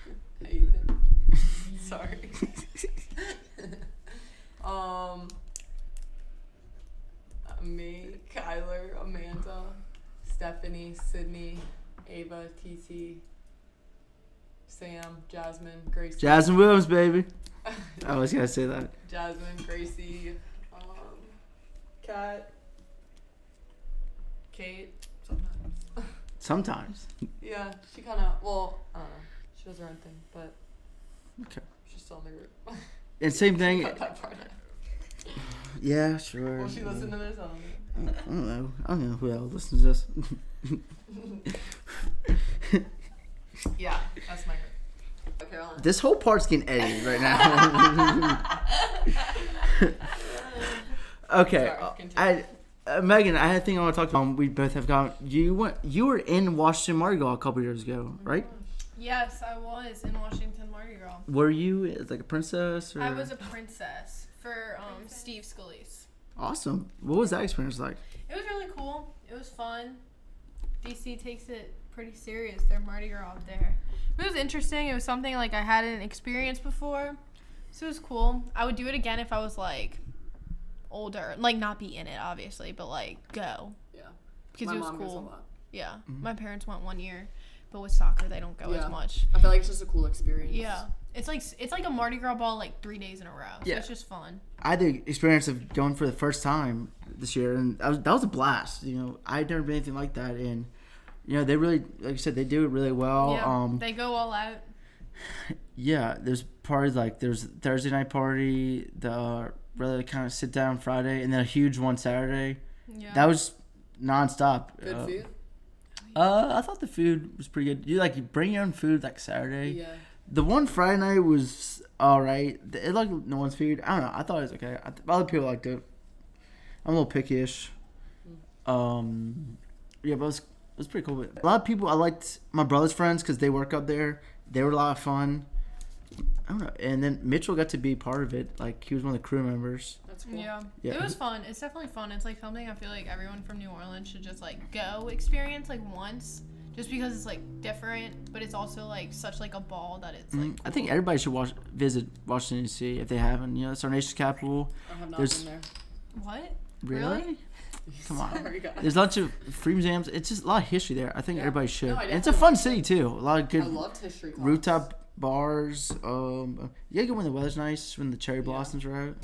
S2: hey, Ethan. Sorry. um. uh, Me, Kyler, Amanda, Stephanie, Sydney, Ava, TT, Sam, Jasmine, Gracie.
S1: Jasmine Williams, baby. I was gonna say that.
S2: Jasmine, Gracie, um, Kat, Kate. Sometimes.
S1: Sometimes.
S2: Yeah, she kind of. Well, I don't know. She does her own thing, but
S1: Okay.
S2: she's still in the group.
S1: And same thing.
S2: Cut that part out.
S1: Yeah, sure.
S2: Will she listen to this? I don't know.
S1: I don't know. I don't know who else listens to this.
S2: Yeah, that's my group. Okay, well,
S1: this whole part's getting edited right now. okay,
S2: Sorry,
S1: uh,
S2: continue.
S1: I, uh, Megan, I had a thing I want to talk about. Um, we both have gone. You went. You were in Washington Mardi Gras a couple years ago,
S3: Mm-hmm.
S1: right?
S3: Yes, I was in Washington Mardi Gras.
S1: Were you uh, like a princess? Or?
S3: I was a princess for um, Steve Scalise.
S1: awesome. What was that experience like?
S3: It was really cool. It was fun. DC takes it pretty serious. They're Mardi Gras up there. It was interesting. It was something like I hadn't experienced before, so it was cool. I would do it again if I was like older, like not be in it, obviously, but like go
S2: yeah.
S3: because
S2: My
S3: it was
S2: mom goes a
S3: cool.
S2: lot.
S3: Yeah,
S1: Mm-hmm.
S3: my parents went one year, but with soccer they don't go
S2: Yeah.
S3: as much.
S2: I feel like it's just a cool experience.
S3: Yeah, it's like it's like a Mardi Gras ball like three days in a row. So
S1: Yeah.
S3: it's just fun.
S1: I had the experience of going for the first time this year, and that was, that was a blast. You know, I'd never been anything like that, and you know they really, like I said, they do it really well.
S3: yeah,
S1: um,
S3: they go all out.
S1: yeah, there's parties like there's Thursday night party, the uh, rather kind of sit down Friday, and then a huge one Saturday.
S3: Yeah.
S1: That was nonstop.
S2: Good
S1: uh,
S2: food.
S1: Uh, I thought the food was pretty good. You like you bring your own food like Saturday.
S2: Yeah.
S1: The one Friday night was all right. It like no one's food. I don't know. I thought it was okay. I th- other people liked it. I'm a little picky-ish.
S3: Mm.
S1: Um, yeah, but it was, it was pretty cool. But a lot of people I liked my brother's friends because they work up there. They were a lot of fun. I don't know. And then Mitchell got to be part of it. Like he was one of the crew members.
S2: That's cool.
S3: Yeah.
S1: Yeah.
S3: It was fun. It's definitely fun. It's like something I feel like everyone from New Orleans should just like go experience like once just because it's like different, but it's also like such like a ball that it's like
S1: Mm, I think everybody should watch visit Washington D.C. if they haven't. You know, it's our nation's capital.
S2: I have not
S1: There's-
S2: been there.
S3: what?
S1: Mm. really? Come on.
S2: Sorry, guys.
S1: There's lots of free museums. It's just a lot of history there. I think
S2: Yeah.
S1: everybody should.
S2: No, I
S1: and it's a fun
S2: definitely
S1: city too. A lot of
S2: I
S1: good
S2: loved history class.
S1: rooftop bars. Um, yeah, good when the weather's nice, when the cherry blossoms are out.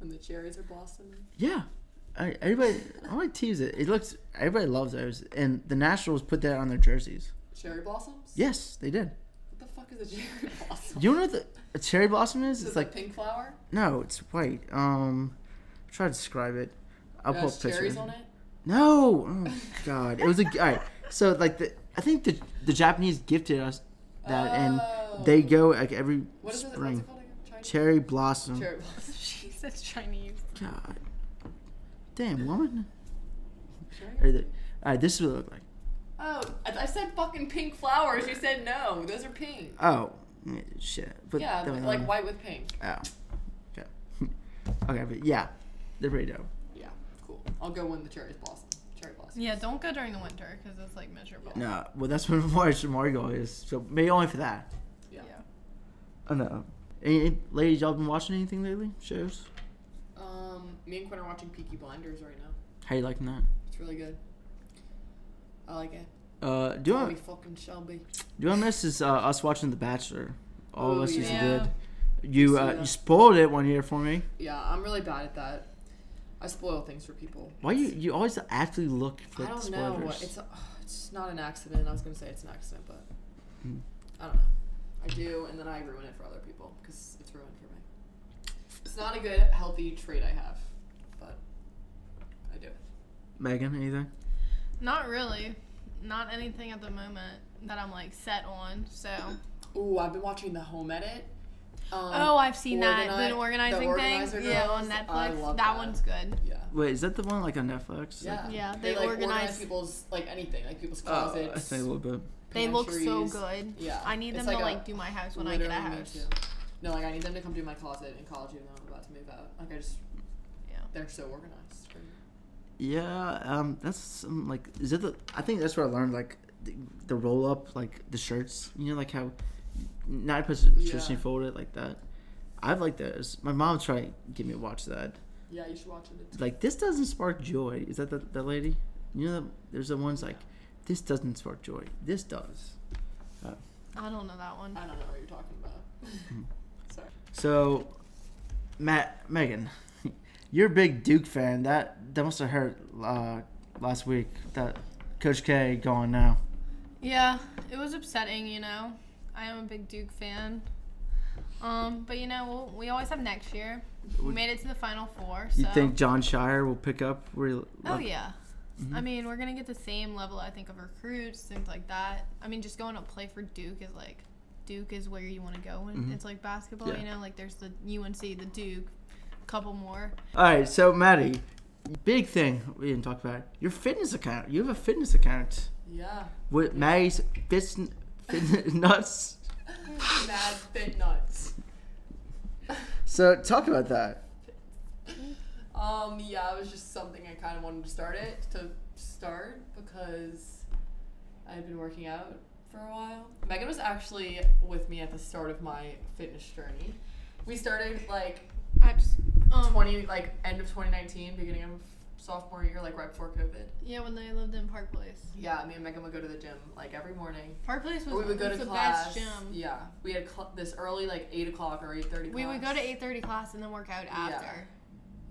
S2: And the cherries are blossoming.
S1: Yeah, I, everybody. I like to use it. It looks. Everybody loves those. And the Nationals put that on their jerseys.
S2: Cherry blossoms?
S1: Yes, they did.
S2: What the fuck is a cherry blossom?
S1: You know what the, a cherry blossom is?
S2: Is
S1: It's
S2: it
S1: like
S2: the pink flower?
S1: no, it's white. Um, try to describe it. I'll
S2: It
S1: pull a
S2: has cherries
S1: picture.
S2: on it?
S1: No, oh god, it was a all right. So like the, I think the the Japanese gifted us that,
S2: Oh.
S1: and they go like every
S2: What is it? What's
S1: spring.
S2: it called again? Chinese?
S1: Cherry blossom.
S2: Cherry blossom.
S3: She says Chinese.
S1: God, damn woman. All
S2: Cherry?
S1: right, this is what it looked like.
S2: Oh, I, I said fucking pink flowers. You said no. Those are pink.
S1: Oh yeah, shit, but
S2: Yeah,
S1: that was
S2: like
S1: on-
S2: white with pink.
S1: Oh, okay, okay, but yeah, they're pretty dope.
S2: Yeah, cool. I'll go when the cherries blossom. Cherry blossom.
S3: Yeah, don't go during the winter because it's like miserable.
S1: No, well that's what March Margo is. So maybe only for that.
S2: Yeah.
S3: Yeah.
S1: Oh no. Any, ladies, y'all been watching anything lately? Shows?
S2: Um, me and Quinn are watching Peaky Blinders right now.
S1: How you liking that?
S2: It's really good. I like it.
S1: Uh, do you want
S2: Tommy fucking Shelby.
S1: Do you want to miss is uh, us watching The Bachelor? All
S2: Oh,
S1: of us usually
S3: yeah.
S1: did. You
S2: I see
S1: uh,
S2: that.
S1: you spoiled it one year for me.
S2: Yeah, I'm really bad at that. I spoil things for people.
S1: Why you you always actually look for
S2: I don't
S1: spoilers?
S2: know. It's a, it's not an accident. I was gonna say it's an accident, but
S1: Hmm.
S2: I don't know. I do, and then I ruin it for other people because it's ruined for me. It's not a good, healthy trait I have, but I do.
S1: Megan, anything?
S3: Not really. Not anything at the moment that I'm like set on. So
S2: Um, Ooh, I've been watching The Home Edit. Um,
S3: Oh, I've seen that.
S2: Organi-
S3: The organizing
S2: Organizer
S3: thing. Yeah, on
S2: Girls.
S3: Netflix.
S2: I love
S3: that one's good.
S2: Yeah.
S1: Wait, is that the one like on Netflix?
S2: Yeah.
S3: Yeah,
S2: They,
S3: they
S2: like
S3: organize-
S2: people's like anything, like people's
S1: Oh,
S2: closets.
S1: I think a little bit.
S3: They look so
S2: pantries.
S3: good.
S2: Yeah.
S3: I need
S2: It's
S3: them
S2: like
S3: to
S2: a-
S3: like do my house when I get a
S2: Literally me
S3: house.
S2: too. No, like I need them to come do my closet in college even though I'm about to move out. Like I just
S3: Yeah.
S2: they're so organized. for me.
S1: Yeah, um, that's some, like is it the? I think that's where I learned like the, the roll up like the shirts. You know, like how not supposed to traditionally
S2: Yeah.
S1: fold it like that. I've liked those. My mom tried to get me to watch that.
S2: Yeah, you should watch it. It's-
S1: like this doesn't spark joy. Is that the, the lady? You know, there's the ones like this doesn't spark joy. This does. Uh,
S3: I don't know that one.
S2: I don't know what you're talking about. Sorry.
S1: So, Matt, Megan, you're a big Duke fan. That that must have hurt uh, last week. That Coach K gone now.
S3: Yeah, it was upsetting, you know. I am a big Duke fan. Um, but you know, we'll, we always have next year. We made it to the final four, so
S1: You think John Shire will pick up where? he
S3: Oh
S1: left-
S3: yeah. I mean, we're gonna get the same level, I think, of recruits, things like that. I mean, just going to play for Duke is like, Duke is where you want to go when
S1: Mhm.
S3: it's like basketball.
S1: Yeah.
S3: You know, like there's the UNC, the Duke, couple more.
S1: All right, so Maddie, big thing we didn't talk about your fitness account. You have a fitness account
S2: Yeah.
S1: with Maddie's fits, fit nuts.
S2: Mad fit nuts.
S1: So talk about that.
S2: Um, yeah, it was just something I kind of wanted to start it to start because I had been working out for a while. Megan was actually with me at the start of my fitness journey. We started like
S3: I just, um,
S2: 20, like end of 2019, beginning of sophomore year, like right before COVID.
S3: yeah, when I lived in Park Place.
S2: Yeah, me and Megan would go to the gym like every morning.
S3: Park Place was,
S2: Or we would go
S3: was
S2: to
S3: the
S2: class.
S3: best gym.
S2: Yeah, we had cl- this early like eight o'clock or eight thirty.
S3: We would go to 8:30 class and then work out
S2: Yeah.
S3: after.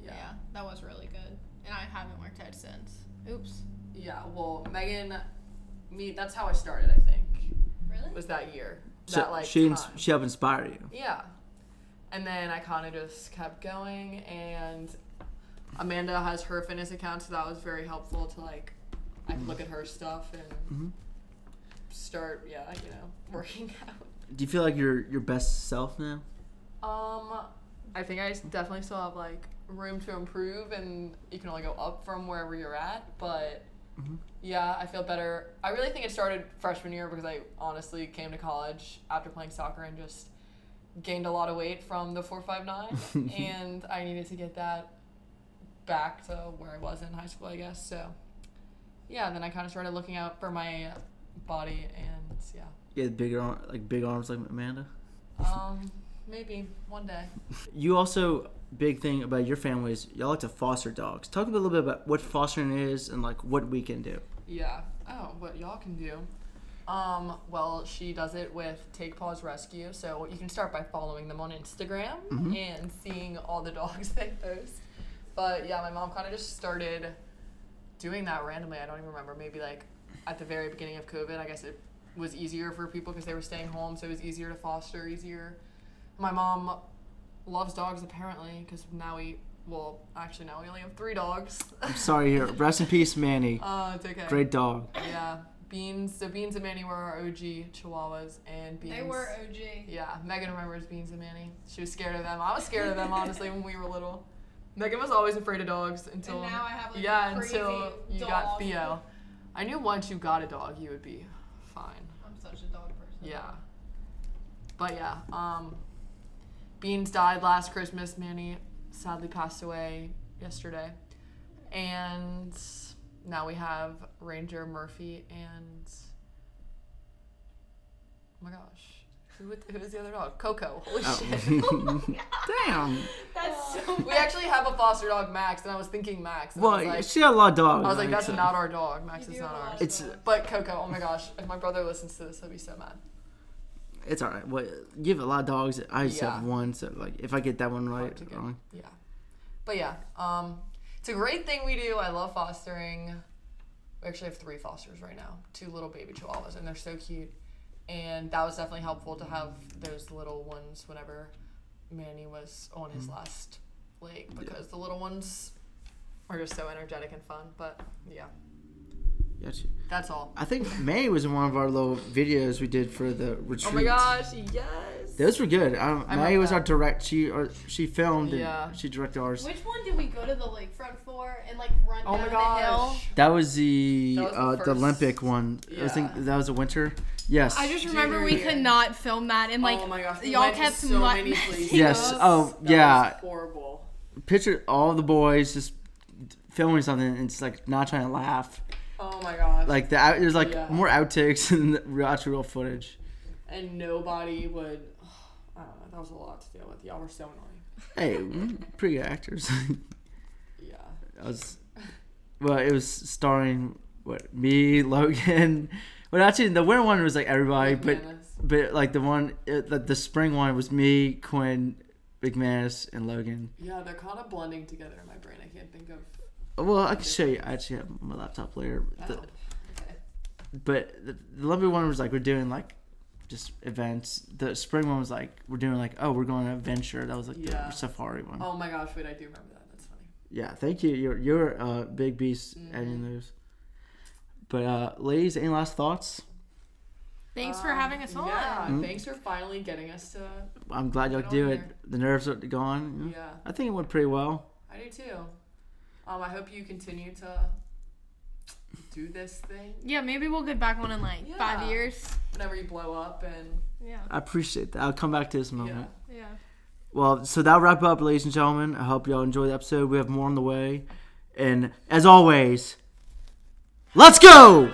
S3: Yeah.
S2: Yeah.
S3: that was really good, and I haven't worked out since. Oops.
S2: Yeah, well, Megan, me, that's how I started, I think,
S3: Really?
S2: was that year.
S1: So
S2: that, like,
S1: she ins-
S2: time.
S1: she helped inspire you.
S2: Yeah. And then I kind of just kept going, and Amanda has her fitness account, so that was very helpful to, like, I could look at her stuff and
S1: Mhm.
S2: start, yeah, you know, working out.
S1: Do you feel like you're your best self now?
S2: Um, I think I s- definitely still have like room to improve, and you can only go up from wherever you're at. But
S1: Mhm.
S2: yeah, I feel better. I really think it started freshman year because I honestly came to college after playing soccer and just gained a lot of weight from the four five nine, and I needed to get that back to where I was in high school, I guess. So yeah, then I kind of started looking out for my body, and yeah.
S1: You had bigger arm, like big arms like Amanda.
S2: Um, maybe one day.
S1: You also big thing about your family is y'all like to foster dogs. Talk a little bit about what fostering is and like what we can do.
S2: Yeah. Oh, what y'all can do. Um, well, she does it with Take Paws Rescue. So you can start by following them on Instagram and seeing all the dogs they post. But yeah, my mom kind of just started doing that randomly. I don't even remember. Maybe like at the very beginning of COVID, I guess it was easier for people because they were staying home. So it was easier to foster, easier. My mom loves dogs apparently because now we, well, actually, now we only have three dogs.
S1: I'm sorry here. Rest in peace, Manny.
S2: uh, it's okay.
S1: Great dog.
S2: Yeah, Beans. So Beans and Manny were our OG Chihuahuas, and Beans.
S3: They were OG.
S2: Yeah, Megan remembers Beans and Manny. She was scared of them. I was scared of them honestly when we were little. Megan was always afraid of dogs until
S3: now I have, like,
S2: yeah
S3: a crazy
S2: until you got
S3: dog.
S2: Theo. I knew once you got a dog, you would be fine.
S3: I'm such a dog person.
S2: Yeah. But yeah, um, Beans died last Christmas. Manny sadly passed away yesterday. And now we have Ranger Murphy and. Oh my gosh. Who, was- who was the other dog? Coco. Holy shit.
S1: Oh. Damn.
S3: That's so.
S2: We actually have a foster dog, Max, and I was thinking Max. and I
S1: Well,
S2: was like,
S1: she had a lot of dogs.
S2: I was like, that's
S1: so-
S2: not our dog. Max
S3: You
S2: is
S3: do
S2: not
S3: have a lot
S2: ours.
S3: of-
S1: It's
S2: But Coco, oh my gosh, if my brother listens to this, he'll be so mad.
S1: it's all right. Well, you have a lot of dogs. I just
S2: Yeah.
S1: have one, so like if I get that one right,
S2: to get.
S1: wrong.
S2: Yeah. But yeah, um, it's a great thing we do. I love fostering. We actually have three fosters right now, two little baby chihuahuas, and they're so cute. And that was definitely helpful to have those little ones whenever Manny was on his
S1: Mm-hmm.
S2: last leg because the little ones are just so energetic and fun. But yeah,
S1: Gotcha.
S2: that's all.
S1: I think May was in one of our little videos we did for the retreat.
S2: Oh my gosh, yes.
S1: Those were good. Um,
S2: I
S1: May
S2: love
S1: was
S2: that.
S1: our direct. She or, she filmed
S2: Yeah.
S1: and she directed ours.
S3: Which one did we go to the lakefront for and like run
S2: Oh
S3: down
S2: my
S3: the hill?
S2: gosh.
S1: That was the
S2: That was the
S1: uh,
S2: first-
S1: the Olympic one. I think
S2: Yeah.
S1: that was a winter. Yes.
S3: I just
S2: Junior
S3: remember we
S2: year.
S3: could not film that and like
S2: oh my gosh, we
S3: y'all
S2: went to
S3: kept
S2: so
S3: mu-
S2: many
S3: messing
S2: places.
S1: Yes.
S3: up.
S1: Oh
S2: That was
S1: yeah.
S2: horrible.
S1: Picture all the boys just filming something and it's like not trying to laugh.
S2: Oh my gosh.
S1: Like the out, there's like
S2: Yeah.
S1: more outtakes than the actual real footage.
S2: and nobody would. I don't know. That was a lot to deal with. Y'all were so
S1: Hey,
S2: annoying.
S1: mm, pretty good actors.
S2: Yeah.
S1: I was, well, it was starring what me, Logan. Well, actually, the winter one was like everybody, but
S2: McManus.
S1: but like the one, it, the, the spring one was me, Quinn, McManus, and Logan.
S2: yeah, they're kind of blending together in my brain. I can't think of.
S1: Well, I can show you. I actually have my laptop later.
S2: I
S1: The-
S2: don't- okay.
S1: but the, the Olympic one was like we're doing like just events. The spring one was like we're doing like oh we're going on an adventure. That was like
S2: Yeah.
S1: the safari one.
S2: Oh my gosh! Wait, I do remember that. That's funny. Mm-hmm.
S1: Yeah, thank you. You're you're a big beast editing those. But uh, ladies, any last thoughts?
S3: Thanks for
S2: Um,
S3: having us on.
S2: Yeah,
S1: Mhm.
S2: thanks for finally getting us to.
S1: I'm glad y'all
S2: Get on
S1: do it.
S2: here.
S1: The nerves are gone.
S2: Yeah,
S1: I think it went pretty well.
S2: I do too. Um, I hope you continue to do this thing
S3: Yeah, maybe we'll get back on in like five
S2: Yeah.
S3: years.
S2: whenever you blow up and
S3: Yeah.
S1: I appreciate that. I'll come back to this moment.
S2: yeah.
S3: Yeah.
S1: Well, so that'll wrap up, ladies and gentlemen. I hope y'all enjoyed the episode. We have more on the way. And as always, let's go!